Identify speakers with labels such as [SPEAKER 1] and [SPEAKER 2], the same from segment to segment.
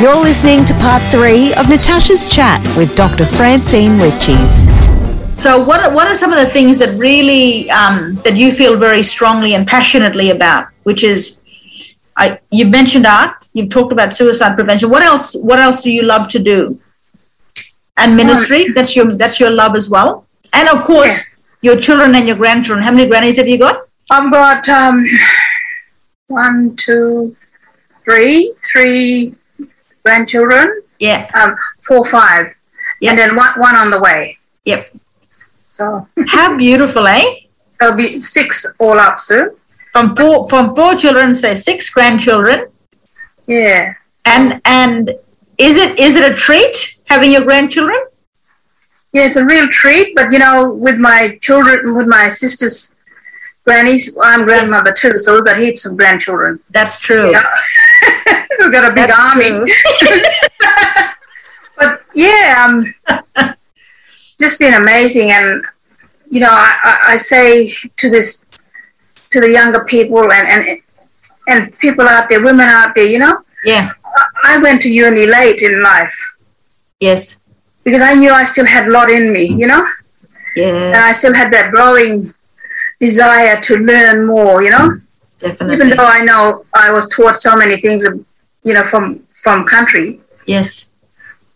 [SPEAKER 1] You're listening to part three of Natasha's chat with Dr. Francine Richies.
[SPEAKER 2] So, what what are some of the things that really um, that you feel very strongly and passionately about? Which is, I, you've mentioned art, you've talked about suicide prevention. What else? What else do you love to do? And ministry. That's your that's your love as well. And of course, your children and your grandchildren. How many grannies have you got?
[SPEAKER 3] I've got um, one, two, three, three grandchildren,
[SPEAKER 2] Yeah.
[SPEAKER 3] um, four, five,
[SPEAKER 2] Yeah.
[SPEAKER 3] and then one, one on the way.
[SPEAKER 2] Yep.
[SPEAKER 3] So
[SPEAKER 2] How beautiful, eh?
[SPEAKER 3] there'll be six all up soon.
[SPEAKER 2] From four from four children, say six grandchildren.
[SPEAKER 3] Yeah.
[SPEAKER 2] And and is it is it a treat having your grandchildren?
[SPEAKER 3] Yeah, it's a real treat, but you know, with my children, with my sister's grannies, I'm grandmother too, so we've got heaps of grandchildren.
[SPEAKER 2] That's true.
[SPEAKER 3] Yeah. we've got a big
[SPEAKER 2] That's
[SPEAKER 3] army.
[SPEAKER 2] true.
[SPEAKER 3] but yeah, um, just been amazing. And you know, I, I, I say to this, to the younger people and and and people out there, women out there, you know,
[SPEAKER 2] Yeah.
[SPEAKER 3] I went to uni late in life
[SPEAKER 2] Yes.
[SPEAKER 3] because I knew I still had a lot in me, you know, and
[SPEAKER 2] Yeah.
[SPEAKER 3] I still had that growing desire to learn more, you know, even
[SPEAKER 2] Definitely.
[SPEAKER 3] though I know I was taught so many things, you know, from from country.
[SPEAKER 2] Yes.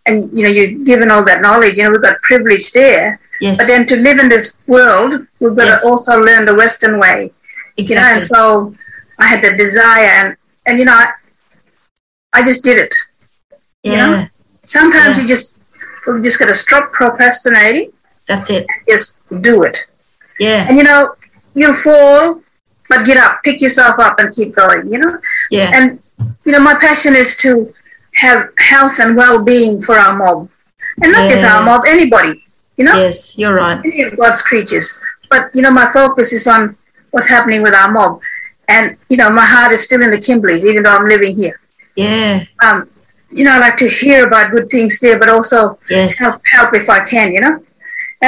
[SPEAKER 3] And you know, you're given all that knowledge. You know, we've got privilege there,
[SPEAKER 2] Yes.
[SPEAKER 3] But then to live in this world, we've got
[SPEAKER 2] Yes.
[SPEAKER 3] to also learn the Western way, you know. And
[SPEAKER 2] exactly.
[SPEAKER 3] so I had the desire, and and you know, I, I just did it. you
[SPEAKER 2] yeah.
[SPEAKER 3] know? Sometimes
[SPEAKER 2] Yeah.
[SPEAKER 3] you just we've just got to stop procrastinating,
[SPEAKER 2] That's it.
[SPEAKER 3] just do it.
[SPEAKER 2] Yeah.
[SPEAKER 3] And you know, you'll fall, but get up, pick yourself up, and keep going. You know.
[SPEAKER 2] Yeah.
[SPEAKER 3] And you know, my passion is to have health and well-being for our mob, and not just our mob,
[SPEAKER 2] Yes.
[SPEAKER 3] anybody. You know.
[SPEAKER 2] Yes. You're right.
[SPEAKER 3] any of God's creatures. But you know, my focus is on what's happening with our mob, and you know, my heart is still in the Kimberleys, even though I'm living here.
[SPEAKER 2] Yeah.
[SPEAKER 3] Um, you know, I like to hear about good things there, but also
[SPEAKER 2] Yes.
[SPEAKER 3] help help if I can. You know,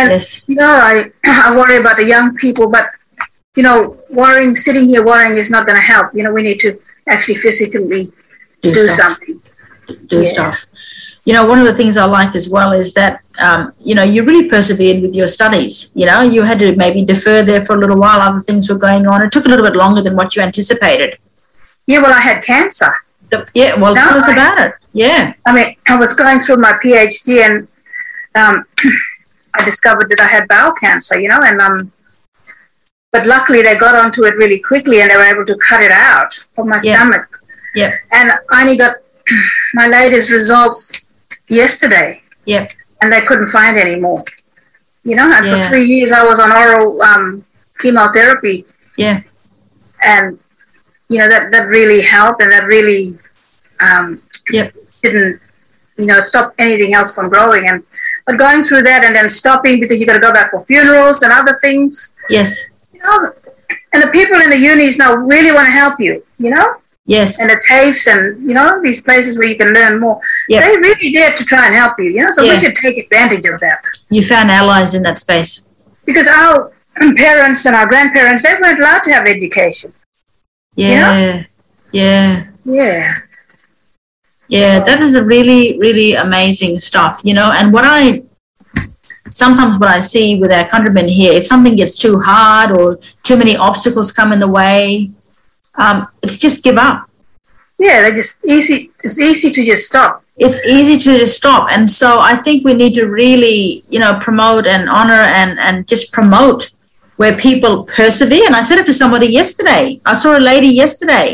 [SPEAKER 3] and
[SPEAKER 2] Yes.
[SPEAKER 3] you know, I I worry about the young people, but you know, worrying, sitting here worrying is not going to help. You know, we need to actually physically
[SPEAKER 2] Do,
[SPEAKER 3] do
[SPEAKER 2] stuff.
[SPEAKER 3] something.
[SPEAKER 2] Do
[SPEAKER 3] Yeah.
[SPEAKER 2] stuff. You know, one of the things I like as well is that um, you know you really persevered with your studies. You know, you had to maybe defer there for a little while. Other things were going on. It took a little bit longer than what you anticipated.
[SPEAKER 3] Yeah, well, I had cancer.
[SPEAKER 2] The- yeah. Well,
[SPEAKER 3] No,
[SPEAKER 2] tell us
[SPEAKER 3] I-
[SPEAKER 2] about it. Yeah.
[SPEAKER 3] I mean, I was going through my PhD and um, I discovered that I had bowel cancer, you know, and um, but luckily they got onto it really quickly and they were able to cut it out from my
[SPEAKER 2] Yeah.
[SPEAKER 3] stomach.
[SPEAKER 2] Yeah.
[SPEAKER 3] And I only got my latest results yesterday
[SPEAKER 2] Yeah.
[SPEAKER 3] and they couldn't find any more. You know, and
[SPEAKER 2] Yeah.
[SPEAKER 3] for three years I was on oral um, chemotherapy
[SPEAKER 2] Yeah.
[SPEAKER 3] and you know that that really helped and that really um,
[SPEAKER 2] Yep.
[SPEAKER 3] didn't you know stop anything else from growing and but going through that and then stopping because you got to go back for funerals and other things
[SPEAKER 2] Yes.
[SPEAKER 3] you know and the people in the unis now really want to help you you know
[SPEAKER 2] Yes.
[SPEAKER 3] and the TAFEs and you know these places where you can learn more
[SPEAKER 2] Yep.
[SPEAKER 3] they really there to try and help you you know so
[SPEAKER 2] Yeah.
[SPEAKER 3] we should take advantage of that
[SPEAKER 2] You found allies in that space.
[SPEAKER 3] because our parents and our grandparents they weren't allowed to have education
[SPEAKER 2] Yeah. Yeah.
[SPEAKER 3] yeah
[SPEAKER 2] Yeah, that is a really, really amazing stuff, you know. And what I sometimes what I see with our countrymen here, if something gets too hard or too many obstacles come in the way, um, it's just give up.
[SPEAKER 3] Yeah, they just easy. It's easy to just stop.
[SPEAKER 2] It's easy to just stop. And so I think we need to really, you know, promote and honor and, and just promote where people persevere. And I said it to somebody yesterday. I saw a lady yesterday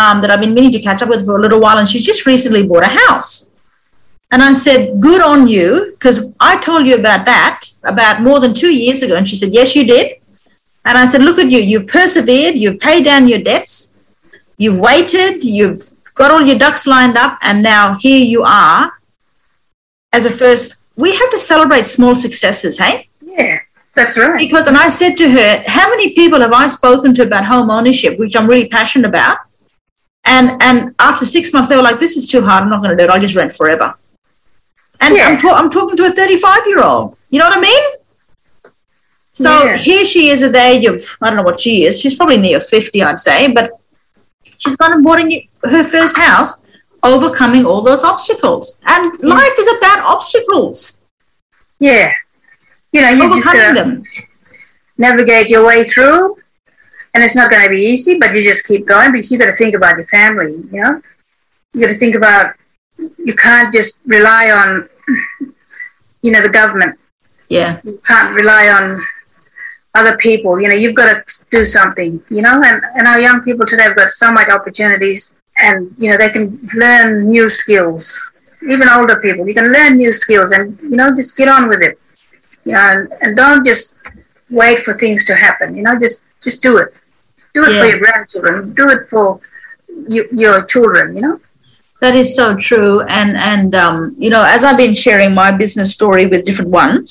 [SPEAKER 2] um, that I've been meaning to catch up with for a little while, and she's just recently bought a house. And I said, Good on you, because I told you about that about more than two years ago. And she said, Yes, you did. And I said, Look at you. You've persevered, you've paid down your debts, you've waited, you've got all your ducks lined up, and now here you are as a first. We have to celebrate small successes, hey?
[SPEAKER 3] Yeah, that's right.
[SPEAKER 2] because and I said to her, how many people have I spoken to about home ownership, which I'm really passionate about? And and after six months, they were like, this is too hard. I'm not going to do it. I'll just rent forever. And I'm,
[SPEAKER 3] Yeah.
[SPEAKER 2] ta- I'm talking to a 35 year old. You know what I mean? So
[SPEAKER 3] Yeah.
[SPEAKER 2] here she is at the age of I don't know what she is. She's probably near 50, I'd say, but she's gone and bought a new, her first house overcoming all those obstacles. And
[SPEAKER 3] Mm.
[SPEAKER 2] life is about obstacles,
[SPEAKER 3] Yeah. You know, you just
[SPEAKER 2] overcoming
[SPEAKER 3] gotta
[SPEAKER 2] them.
[SPEAKER 3] navigate your way through, and it's not going to be easy, but you just keep going because you got to think about your family. You know, you got to think about you can't just rely on you know the government.
[SPEAKER 2] Yeah,
[SPEAKER 3] You can't rely on other people. You know, you've got to do something. You know, and and our young people today have got so much opportunities, and you know they can learn new skills. Even older people, you can learn new skills, and you know just get on with it. You know, and, and don't just wait for things to happen. You know, just just do it. Do it for
[SPEAKER 2] Yeah.
[SPEAKER 3] your grandchildren. Do it for you, your children. You know.
[SPEAKER 2] that is so true. And and um, you know, as I've been sharing my business story with different ones,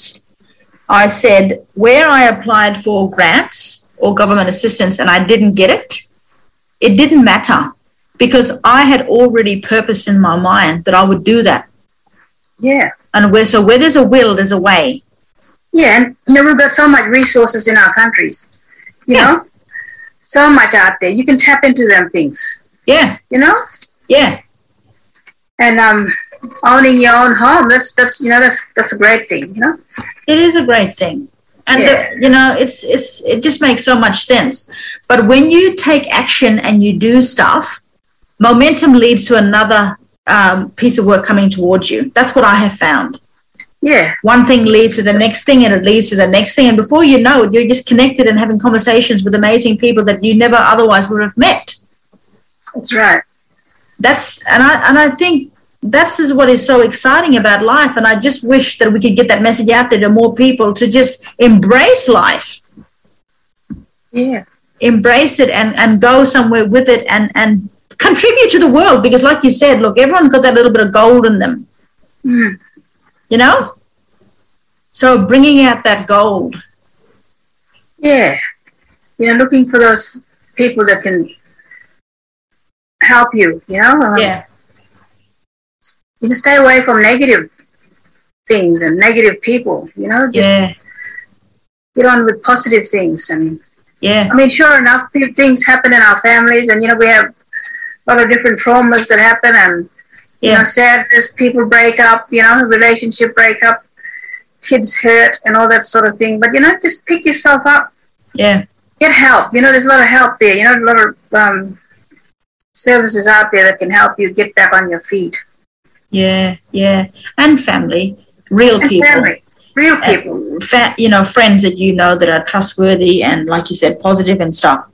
[SPEAKER 2] I said where I applied for grants or government assistance and I didn't get it, it didn't matter because I had already purposed in my mind that I would do that.
[SPEAKER 3] Yeah.
[SPEAKER 2] And where so where there's a will, there's a way.
[SPEAKER 3] Yeah, and you know we've got so much resources in our countries. You
[SPEAKER 2] Yeah.
[SPEAKER 3] know, so much out there. You can tap into them things.
[SPEAKER 2] Yeah,
[SPEAKER 3] You know,
[SPEAKER 2] yeah,
[SPEAKER 3] and um, owning your own home. That's that's you know that's that's a great thing. You know.
[SPEAKER 2] it is a great thing, and the-
[SPEAKER 3] Yeah.
[SPEAKER 2] you know, it's it's it just makes so much sense. But when you take action and you do stuff, momentum leads to another um, piece of work coming towards you. That's what I have found.
[SPEAKER 3] Yeah.
[SPEAKER 2] One thing leads to the next thing, and it leads to the next thing, and before you know it, you're just connected and having conversations with amazing people that you never otherwise would have met.
[SPEAKER 3] That's right.
[SPEAKER 2] that's and I and I think that's is what is so exciting about life. And I just wish that we could get that message out there to more people to just embrace life,
[SPEAKER 3] Yeah.
[SPEAKER 2] embrace it, and and go somewhere with it, and and contribute to the world. Because, like you said, look, everyone's got that little bit of gold in them,
[SPEAKER 3] Mm.
[SPEAKER 2] you know. So bringing out that gold,
[SPEAKER 3] Yeah. You know, looking for those people that can help you. You know. Um,
[SPEAKER 2] yeah,
[SPEAKER 3] You know, stay away from negative things and negative people. You know, just
[SPEAKER 2] yeah,
[SPEAKER 3] get on with positive things and
[SPEAKER 2] yeah,
[SPEAKER 3] I mean, sure enough, few things happen in our families, and you know, we have a lot of different traumas that happen, and you know,
[SPEAKER 2] yeah,
[SPEAKER 3] sadness, people break up, you know, relationship break up, kids hurt, and all that sort of thing. But you know, just pick yourself up,
[SPEAKER 2] yeah,
[SPEAKER 3] get help. You know, there's a lot of help there. You know, a lot of um, services out there that can help you get back on your feet.
[SPEAKER 2] yeah, yeah, and family, real
[SPEAKER 3] And
[SPEAKER 2] people.
[SPEAKER 3] family, real
[SPEAKER 2] And-
[SPEAKER 3] people.
[SPEAKER 2] fa- you know friends that you know that are trustworthy and like you said positive and stuff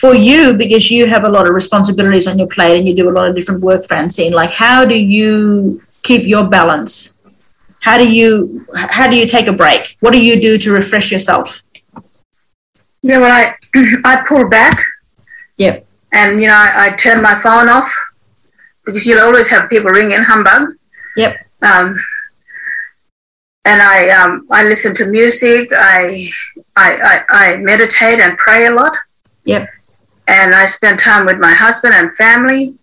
[SPEAKER 2] for you because you have a lot of responsibilities on your plate and you do a lot of different work francine like how do you keep your balance how do you how do you take a break what do you do to refresh yourself
[SPEAKER 3] Yeah, well, I I pull back.
[SPEAKER 2] Yep.
[SPEAKER 3] And you know, I, I turn my phone off because you'll always have people ringing humbug.
[SPEAKER 2] Yep.
[SPEAKER 3] Um, and I um, I listen to music. I, I I I meditate and pray a lot.
[SPEAKER 2] Yep.
[SPEAKER 3] And I spend time with my husband and family.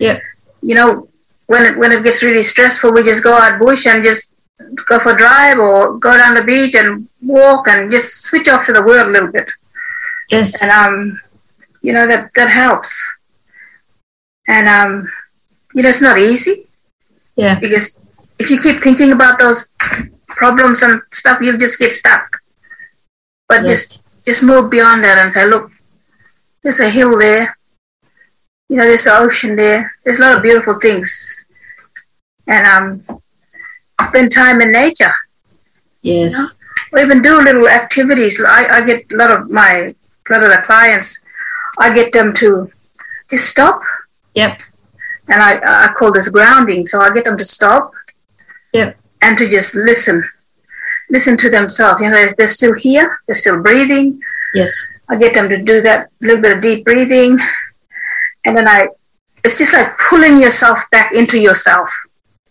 [SPEAKER 2] Yep.
[SPEAKER 3] You know, when it, when it gets really stressful, we just go out bush and just go for a drive or go down the beach and walk and just switch off to the world a little bit
[SPEAKER 2] yes
[SPEAKER 3] and um, you know that that helps. And um, you know it's not easy
[SPEAKER 2] yeah
[SPEAKER 3] because if you keep thinking about those problems and stuff, you'll just get stuck. But just
[SPEAKER 2] yes
[SPEAKER 3] just move beyond that and say, look, there's a hill there. You know, there's the ocean there. There's a lot of beautiful things. And um, spend time in nature
[SPEAKER 2] yes
[SPEAKER 3] or even do little activities. I, I get a lot of my a lot of the clients. I get them to just stop,
[SPEAKER 2] yep
[SPEAKER 3] and I I call this grounding. So I get them to stop,
[SPEAKER 2] Yep.
[SPEAKER 3] and to just listen, listen to themselves. You know, they're, they're still here, they're still breathing.
[SPEAKER 2] yes
[SPEAKER 3] I get them to do that little bit of deep breathing, and then I, it's just like pulling yourself back into yourself.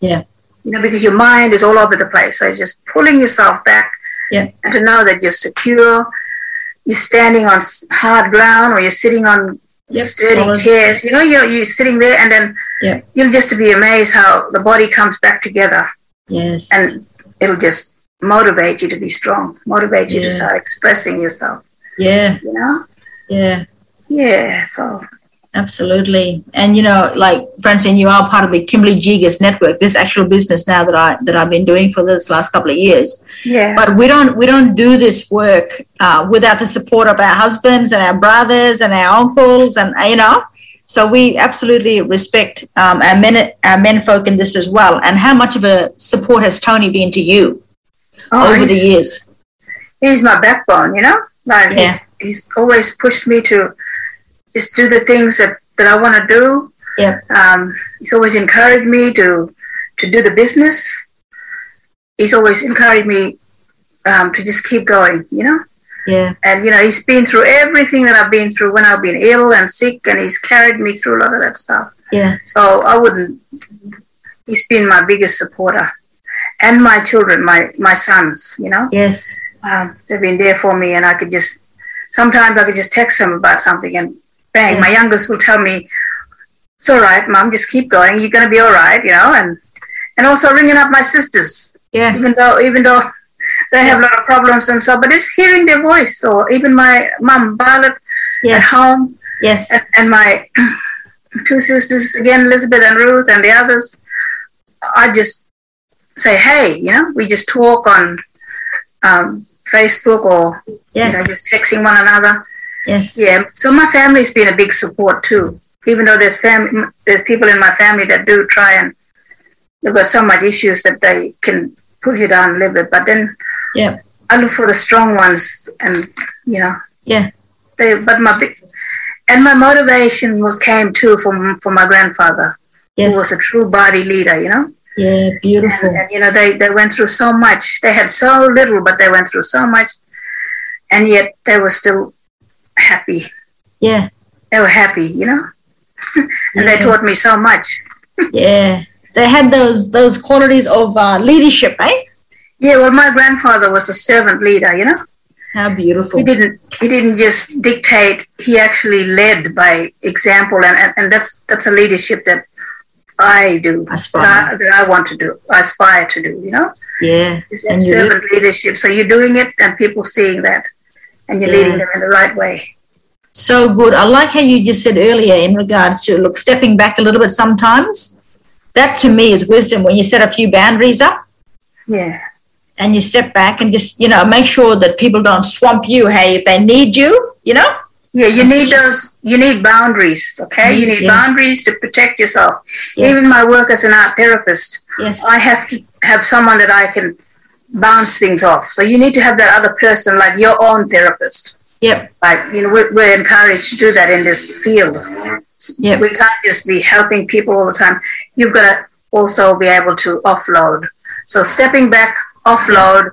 [SPEAKER 2] Yeah.
[SPEAKER 3] You know, because your mind is all over the place. So it's just pulling yourself back.
[SPEAKER 2] Yeah.
[SPEAKER 3] And to know that you're secure, you're standing on s- hard ground, or you're sitting on
[SPEAKER 2] Yep,
[SPEAKER 3] sturdy
[SPEAKER 2] solid.
[SPEAKER 3] chairs. You know, you're you're sitting there, and then
[SPEAKER 2] Yeah.
[SPEAKER 3] you'll just be amazed how the body comes back together,
[SPEAKER 2] yes
[SPEAKER 3] and it'll just motivate you to be strong, motivate you
[SPEAKER 2] Yeah.
[SPEAKER 3] to start expressing yourself.
[SPEAKER 2] yeah
[SPEAKER 3] You know.
[SPEAKER 2] yeah
[SPEAKER 3] Yeah, so
[SPEAKER 2] absolutely. And you know, like Francine, you are part of the Kimberly Gigas network, this actual business now that I that I've been doing for this last couple of years.
[SPEAKER 3] Yeah.
[SPEAKER 2] But we don't we don't do this work uh, without the support of our husbands and our brothers and our uncles and you know. So we absolutely respect um, our men our men folk in this as well. And how much of a support has Tony been to you
[SPEAKER 3] oh,
[SPEAKER 2] over the
[SPEAKER 3] he's,
[SPEAKER 2] years?
[SPEAKER 3] he's my backbone, you know? Like
[SPEAKER 2] Yeah.
[SPEAKER 3] he's, he's always pushed me to just do the things that, that I want to do.
[SPEAKER 2] Yeah.
[SPEAKER 3] Um, he's always encouraged me to, to do the business. He's always encouraged me um, to just keep going, you know?
[SPEAKER 2] Yeah,
[SPEAKER 3] And, you know, he's been through everything that I've been through when I've been ill and sick, and he's carried me through a lot of that stuff.
[SPEAKER 2] yeah,
[SPEAKER 3] So I wouldn't. He's been my biggest supporter, and my children, my my sons. You know,
[SPEAKER 2] yes,
[SPEAKER 3] um, they've been there for me, and I could just sometimes I could just text them about something, and bang, my youngest will tell me, "It's all right, mom. Just keep going. You're gonna be all right." You know, and and also ringing up my sisters,
[SPEAKER 2] yeah.
[SPEAKER 3] even though even though they have a lot of problems and so, but just hearing their voice, or even my mum Violet
[SPEAKER 2] Yeah.
[SPEAKER 3] at home,
[SPEAKER 2] Yes,
[SPEAKER 3] and, and my two sisters again, Elizabeth and Ruth, and the others. I just say, hey, you know, we just talk on um, Facebook or you
[SPEAKER 2] yeah,
[SPEAKER 3] know, just texting one another.
[SPEAKER 2] yes,
[SPEAKER 3] Yeah, so my family's been a big support too. Even though there's family, there's people in my family that do try and they've got so much issues that they can pull you down a little bit. But then
[SPEAKER 2] yeah,
[SPEAKER 3] I look for the strong ones, and you know,
[SPEAKER 2] yeah,
[SPEAKER 3] they, but my big, and my motivation was came too from from my grandfather, who was
[SPEAKER 2] yes,
[SPEAKER 3] a true body leader. You know,
[SPEAKER 2] yeah, beautiful.
[SPEAKER 3] and, and you know they they went through so much. They had so little, but they went through so much, and yet they were still happy.
[SPEAKER 2] Yeah,
[SPEAKER 3] They were happy, you know, and they
[SPEAKER 2] Yeah.
[SPEAKER 3] taught me so much.
[SPEAKER 2] yeah. They had those those qualities of uh, leadership, eh?
[SPEAKER 3] Yeah, well, my grandfather was a servant leader. You know,
[SPEAKER 2] How beautiful.
[SPEAKER 3] he didn't he didn't just dictate. He actually led by example, and and, and that's that's a leadership that I do.
[SPEAKER 2] Aspire.
[SPEAKER 3] that I, that I want to do, I aspire to do, you know?
[SPEAKER 2] Yeah,
[SPEAKER 3] It's
[SPEAKER 2] and
[SPEAKER 3] that
[SPEAKER 2] you
[SPEAKER 3] servant leadership. So you're doing it and people seeing that and you're
[SPEAKER 2] Yeah.
[SPEAKER 3] leading them in the right way.
[SPEAKER 2] so good. I like how you just said earlier in regards to look stepping back a little bit sometimes. That to me is wisdom when you set a few boundaries up
[SPEAKER 3] Yeah.
[SPEAKER 2] and you step back and just you know make sure that people don't swamp you. Hey, if they need you, you know.
[SPEAKER 3] Yeah, you need those you need boundaries, okay? You need
[SPEAKER 2] Mm, Yeah.
[SPEAKER 3] boundaries to protect yourself.
[SPEAKER 2] Yes.
[SPEAKER 3] Even my work as an art therapist,
[SPEAKER 2] Yes.
[SPEAKER 3] I have to have someone that I can bounce things off. So you need to have that other person like your own therapist.
[SPEAKER 2] Yep.
[SPEAKER 3] Like, you know, we're, we're encouraged to do that in this field.
[SPEAKER 2] Yep.
[SPEAKER 3] We can't just be helping people all the time. You've got to also be able to offload. So stepping back, offload,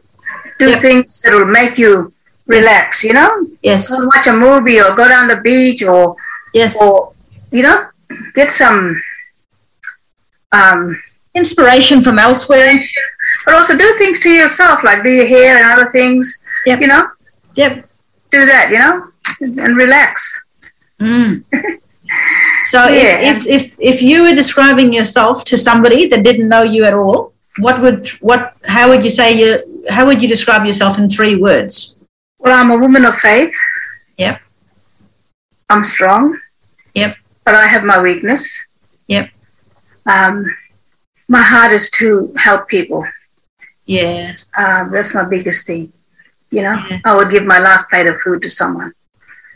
[SPEAKER 3] do
[SPEAKER 2] Yep.
[SPEAKER 3] things that will make you relax, you know?
[SPEAKER 2] Yes.
[SPEAKER 3] Go watch a movie or go down the beach or,
[SPEAKER 2] Yes.
[SPEAKER 3] or you know, get some um,
[SPEAKER 2] Inspiration from elsewhere.
[SPEAKER 3] attention. But also do things to yourself, like do your hair and other things,
[SPEAKER 2] Yep.
[SPEAKER 3] you know?
[SPEAKER 2] Yep.
[SPEAKER 3] Do that, you know? And relax.
[SPEAKER 2] Mm. So
[SPEAKER 3] Yeah,
[SPEAKER 2] if, if if if you were describing yourself to somebody that didn't know you at all, what would what how would you say you how would you describe yourself in three words?
[SPEAKER 3] Well, I'm a woman of faith.
[SPEAKER 2] Yep.
[SPEAKER 3] I'm strong.
[SPEAKER 2] Yep.
[SPEAKER 3] But I have my weakness.
[SPEAKER 2] Yep.
[SPEAKER 3] Um, my heart is to help people.
[SPEAKER 2] Yeah.
[SPEAKER 3] Um, that's my biggest thing. You know,
[SPEAKER 2] Yeah.
[SPEAKER 3] I would give my last plate of food to someone,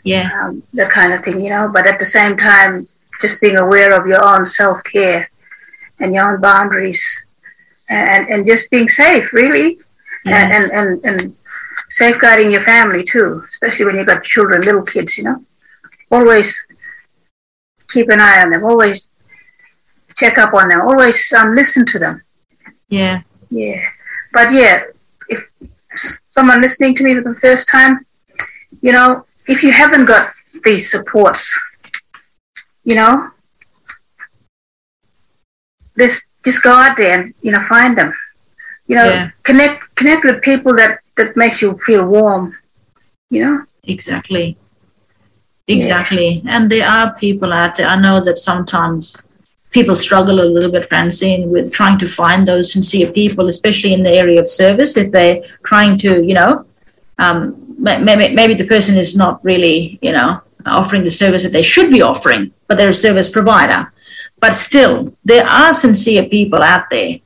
[SPEAKER 2] Yeah.
[SPEAKER 3] um, that kind of thing, you know. But at the same time, just being aware of your own self care and your own boundaries and, and just being safe, really.
[SPEAKER 2] Yes.
[SPEAKER 3] And, and, and, and safeguarding your family too, especially when you've got children, little kids, you know. Always keep an eye on them, always check up on them, always um, listen to them.
[SPEAKER 2] yeah.
[SPEAKER 3] Yeah. But yeah, if someone listening to me for the first time, you know, if you haven't got these supports, you know, this just go out there and you know find them. You know,
[SPEAKER 2] Yeah.
[SPEAKER 3] connect connect with people that that makes you feel warm. You know.
[SPEAKER 2] Exactly. Exactly. And there are people out there. I know that sometimes people struggle a little bit, Francine, with trying to find those sincere people, especially in the area of service. If they're trying to, you know, um, maybe, maybe the person is not really, you know, offering the service that they should be offering, but they're a service provider. But still, there are sincere people out there.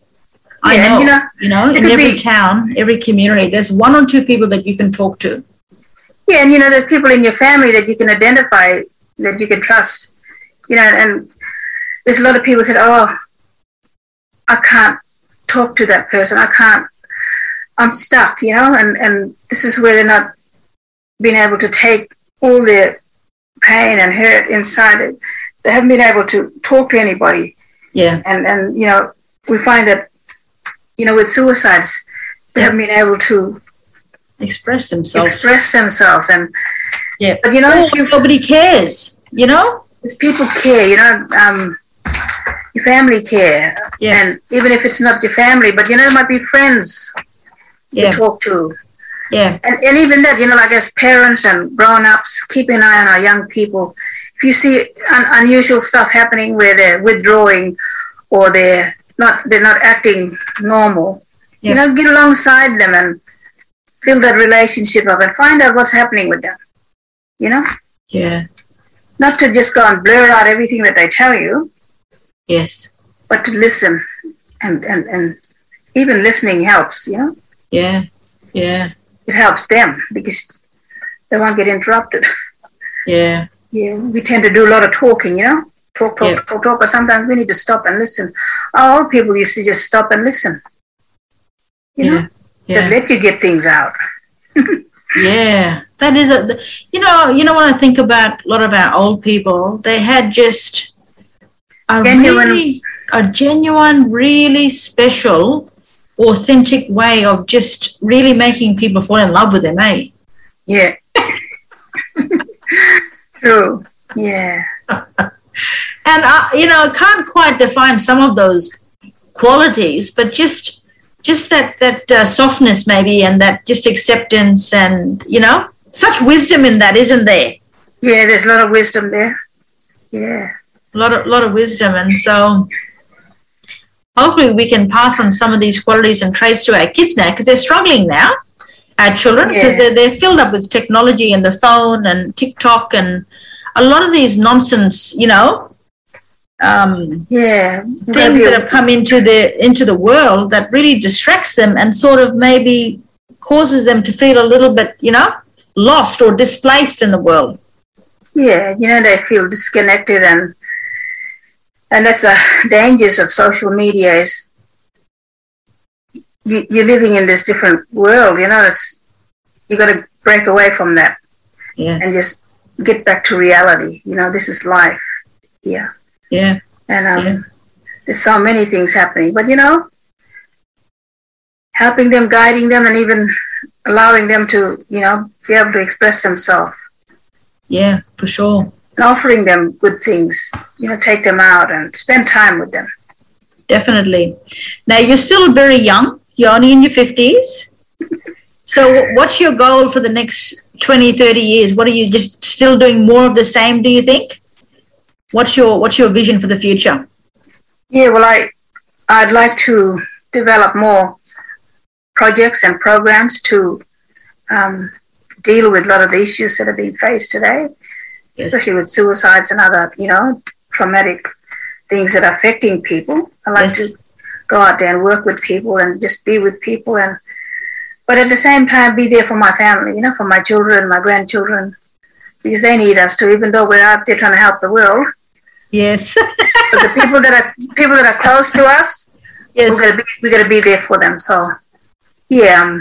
[SPEAKER 2] I
[SPEAKER 3] Yeah,
[SPEAKER 2] know,
[SPEAKER 3] and,
[SPEAKER 2] you
[SPEAKER 3] you
[SPEAKER 2] know,
[SPEAKER 3] know, it
[SPEAKER 2] in
[SPEAKER 3] could
[SPEAKER 2] every
[SPEAKER 3] be-
[SPEAKER 2] town, every community, there's one or two people that you can talk to.
[SPEAKER 3] Yeah, and you know, there's people in your family that you can identify, that you can trust. You know, and there's a lot of people said, "Oh, I can't talk to that person. I can't. I'm stuck." You know, and and this is where they're not being able to take all their pain and hurt inside. It. They haven't been able to talk to anybody,
[SPEAKER 2] Yeah,
[SPEAKER 3] and and you know, we find that you know with suicides, they haven't been able to
[SPEAKER 2] express themselves.
[SPEAKER 3] express themselves, and
[SPEAKER 2] yeah,
[SPEAKER 3] but you know,
[SPEAKER 2] Oh,
[SPEAKER 3] if you
[SPEAKER 2] nobody cares. You know.
[SPEAKER 3] if people care, you know, um, your family care,
[SPEAKER 2] Yeah.
[SPEAKER 3] and even if it's not your family, but you know, it might be friends
[SPEAKER 2] Yeah,
[SPEAKER 3] you talk to,
[SPEAKER 2] yeah,
[SPEAKER 3] and and even that, you know, like as parents and grown ups, keep an eye on our young people. If you see un- unusual stuff happening where they're withdrawing or they're not they're not acting normal,
[SPEAKER 2] Yeah.
[SPEAKER 3] you know, get alongside them and build that relationship up and find out what's happening with them. You know,
[SPEAKER 2] yeah.
[SPEAKER 3] not to just go and blur out everything that they tell you.
[SPEAKER 2] Yes.
[SPEAKER 3] but to listen and, and, and even listening helps, you know,
[SPEAKER 2] Yeah. Yeah.
[SPEAKER 3] it helps them because they won't get interrupted.
[SPEAKER 2] Yeah.
[SPEAKER 3] Yeah, we tend to do a lot of talking, you know, talk, talk,
[SPEAKER 2] Yeah.
[SPEAKER 3] talk, talk, but sometimes we need to stop and listen. Our old people used to just stop and listen, you
[SPEAKER 2] yeah.
[SPEAKER 3] know,
[SPEAKER 2] Yeah.
[SPEAKER 3] they let you get things out.
[SPEAKER 2] Yeah, that is a. th- You know, you know when I think about a lot of our old people, they had just a
[SPEAKER 3] Genuine-
[SPEAKER 2] really, a genuine, really special, authentic way of just really making people fall in love with them. Eh?
[SPEAKER 3] Yeah. True. Yeah.
[SPEAKER 2] And I, you know, I can't quite define some of those qualities, but just just that that uh, softness maybe, and that just acceptance, and you know, such wisdom in that, isn't there?
[SPEAKER 3] Yeah, there's a lot of wisdom there. Yeah.
[SPEAKER 2] a lot of lot of wisdom and so hopefully we can pass on some of these qualities and traits to our kids now because they're struggling now our children because
[SPEAKER 3] Yeah.
[SPEAKER 2] they're, they're filled up with technology and the phone and tiktok and a lot of these nonsense you know um,
[SPEAKER 3] Yeah.
[SPEAKER 2] things that have come into the into the world that really distracts them and sort of maybe causes them to feel a little bit you know lost or displaced in the world
[SPEAKER 3] Yeah, you know, they feel disconnected and and that's the dangers of social media is you, you're living in this different world, you know, it's you gotta break away from that
[SPEAKER 2] yeah
[SPEAKER 3] and just get back to reality. You know, this is life. Yeah.
[SPEAKER 2] yeah
[SPEAKER 3] And um
[SPEAKER 2] Yeah.
[SPEAKER 3] there's so many things happening. But you know, helping them, guiding them and even allowing them to, you know, be able to express themselves.
[SPEAKER 2] yeah for sure
[SPEAKER 3] and offering them good things. You know, take them out and spend time with them.
[SPEAKER 2] definitely. Now you're still very young. You're only in your fifties. So what's your goal for the next 20, 30 years? What are you just still doing more of the same, do you think? What's your what's your vision for the future?
[SPEAKER 3] Yeah, well, I I'd like to develop more projects and programs to um, deal with a lot of the issues that are being faced today, especially with suicides and other you know traumatic things that are affecting people. I like
[SPEAKER 2] Yes.
[SPEAKER 3] to go out there and work with people and just be with people and. But at the same time, be there for my family, you know, for my children, my grandchildren, because they need us too. Even though we're out there trying to help the world,
[SPEAKER 2] Yes.
[SPEAKER 3] but the people that are people that are close to us,
[SPEAKER 2] yes.
[SPEAKER 3] we're gonna be we're gonna be there for them. So yeah, um,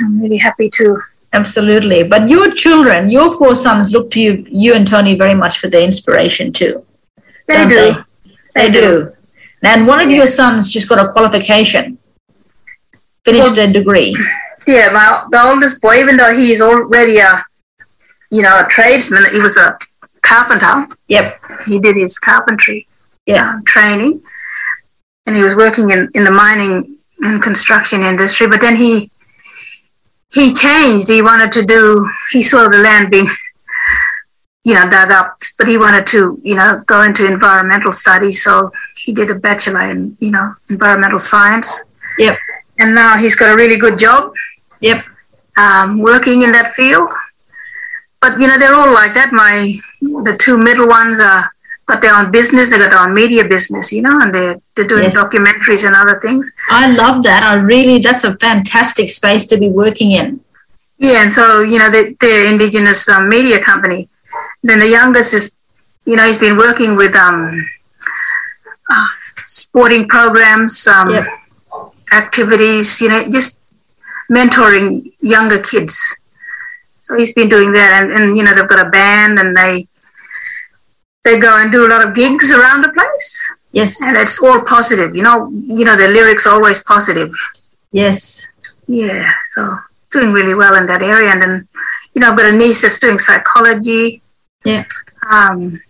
[SPEAKER 3] I'm really happy to.
[SPEAKER 2] Absolutely. But your children, your four sons look to you you and Tony very much for their inspiration too.
[SPEAKER 3] They
[SPEAKER 2] don't
[SPEAKER 3] do.
[SPEAKER 2] They,
[SPEAKER 3] They
[SPEAKER 2] do.
[SPEAKER 3] do.
[SPEAKER 2] And one of
[SPEAKER 3] Yeah.
[SPEAKER 2] your sons just got a qualification. Finished
[SPEAKER 3] Well-
[SPEAKER 2] their degree.
[SPEAKER 3] Yeah, my the oldest boy, even though he is already a you know a tradesman, he was a carpenter.
[SPEAKER 2] Yep.
[SPEAKER 3] He did his carpentry
[SPEAKER 2] Yeah.
[SPEAKER 3] um, training, and he was working in in the mining and construction industry. But then he he changed. He wanted to do. He saw the land being you know, dug up, but he wanted to, you know, go into environmental studies. So he did a bachelor in, you know, environmental science.
[SPEAKER 2] Yep.
[SPEAKER 3] And now he's got a really good job
[SPEAKER 2] Yep.
[SPEAKER 3] um, working in that field. but you know they're all like that. My the two middle ones are got their own business. They got their own media business, you know, and they're they're doing
[SPEAKER 2] Yes.
[SPEAKER 3] documentaries and other things.
[SPEAKER 2] I love that. I really, that's a fantastic space to be working in.
[SPEAKER 3] Yeah, and so you know they, they're indigenous um, media company. Then the youngest is, you know, he's been working with um, uh, sporting programs, um,
[SPEAKER 2] Yep.
[SPEAKER 3] activities, you know, just mentoring younger kids. So he's been doing that, and, and you know they've got a band, and they they go and do a lot of gigs around the place,
[SPEAKER 2] Yes,
[SPEAKER 3] and it's all positive. You know, you know the lyrics are always positive.
[SPEAKER 2] yes.
[SPEAKER 3] Yeah, so doing really well in that area, and then you know I've got a niece that's doing psychology.
[SPEAKER 2] Yeah.
[SPEAKER 3] Um,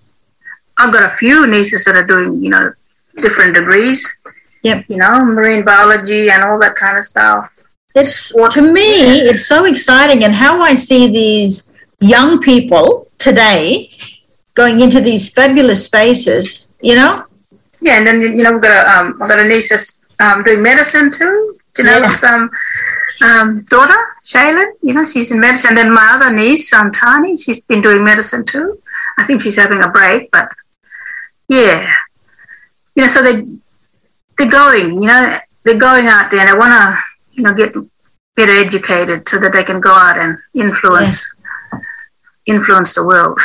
[SPEAKER 3] I've got a few nieces that are doing you know different degrees.
[SPEAKER 2] Yep.
[SPEAKER 3] You know, marine biology and all that kind of stuff.
[SPEAKER 2] It's
[SPEAKER 3] What's-
[SPEAKER 2] to me, it's so exciting, and how I see these young people today going into these fabulous spaces. You know,
[SPEAKER 3] Yeah, and then you know we've got a um, I've got a niece that's um, doing medicine too. You know,
[SPEAKER 2] Yeah.
[SPEAKER 3] some um, daughter Shaylin. You know, she's in medicine. Then my other niece, um, Tani, she's been doing medicine too. I think she's having a break, but yeah, you know, so they they're going. You know, they're going out there and they want to you know get better educated so that they can go out and influence influence the world.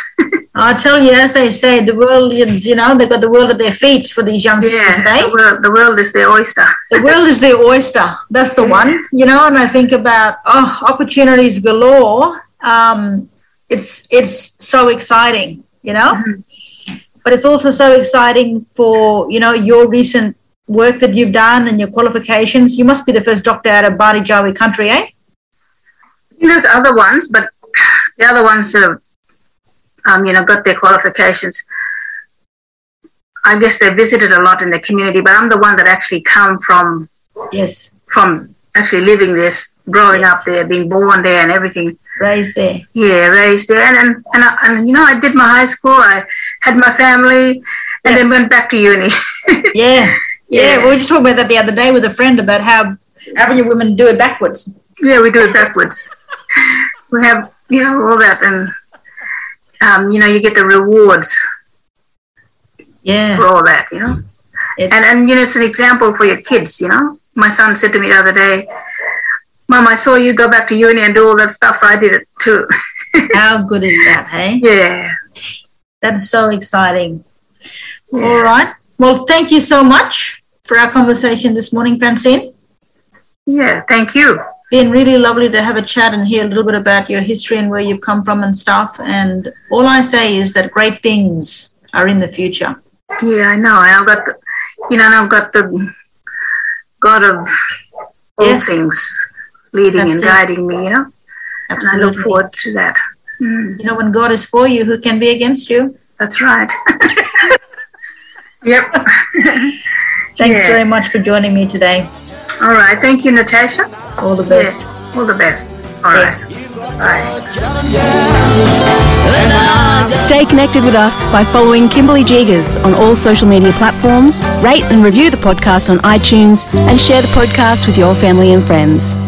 [SPEAKER 2] I tell you, as they say, the world. is- You know, they've got the world at their feet for these young people
[SPEAKER 3] Yeah,
[SPEAKER 2] today.
[SPEAKER 3] the world, the world is their oyster.
[SPEAKER 2] the world is their oyster. That's the one, you know. And I think about oh, opportunities galore. Um, it's it's so exciting, you know.
[SPEAKER 3] Mm-hmm.
[SPEAKER 2] But it's also so exciting for you know your recent work that you've done and your qualifications. You must be the first doctor out of Bari Jawi country, eh?
[SPEAKER 3] There's other ones, but the other ones that have, um, you know, got their qualifications. I guess they visited a lot in the community, but I'm the one that actually come from
[SPEAKER 2] Yes,
[SPEAKER 3] from actually living this, growing
[SPEAKER 2] Yes.
[SPEAKER 3] up there, being born there, and everything.
[SPEAKER 2] raised there.
[SPEAKER 3] Yeah, raised there, and and and, I, and you know, I did my high school. I had my family, and then went back to uni.
[SPEAKER 2] Yeah. yeah,
[SPEAKER 3] Yeah.
[SPEAKER 2] We were just talking about that the other day with a friend about how Aboriginal women do it backwards.
[SPEAKER 3] Yeah, we do it backwards. we have, you know, all that, and um, you know, you get the rewards
[SPEAKER 2] Yeah,
[SPEAKER 3] for all that, you know.
[SPEAKER 2] it's,
[SPEAKER 3] And and you know, it's an example for your kids, you know. My son said to me the other day, "Mom, I saw you go back to uni and do all that stuff, so I did it too."
[SPEAKER 2] how good is that, hey?
[SPEAKER 3] yeah.
[SPEAKER 2] That's so exciting.
[SPEAKER 3] Yeah.
[SPEAKER 2] All right. Well, thank you so much for our conversation this morning, Francine.
[SPEAKER 3] Yeah. Thank you.
[SPEAKER 2] Been really lovely to have a chat and hear a little bit about your history and where you've come from and stuff. And all I say is that great things are in the future.
[SPEAKER 3] Yeah, I know. And I've got, the, you know, and I've got the God of all
[SPEAKER 2] Yes.
[SPEAKER 3] things leading
[SPEAKER 2] That's
[SPEAKER 3] and
[SPEAKER 2] it.
[SPEAKER 3] guiding me, you know. And I
[SPEAKER 2] Absolutely.
[SPEAKER 3] look forward to that. Mm,
[SPEAKER 2] You know, when God is for you, who can be against you?
[SPEAKER 3] that's right. yep.
[SPEAKER 2] Thanks
[SPEAKER 3] Yeah.
[SPEAKER 2] very much for joining me today.
[SPEAKER 3] All right. Thank you, Natasha.
[SPEAKER 2] All the best.
[SPEAKER 3] Yeah. All the best. All right. Bye.
[SPEAKER 1] Stay connected with us by following Kimberly Jegers on all social media platforms, rate and review the podcast on iTunes, and share the podcast with your family and friends.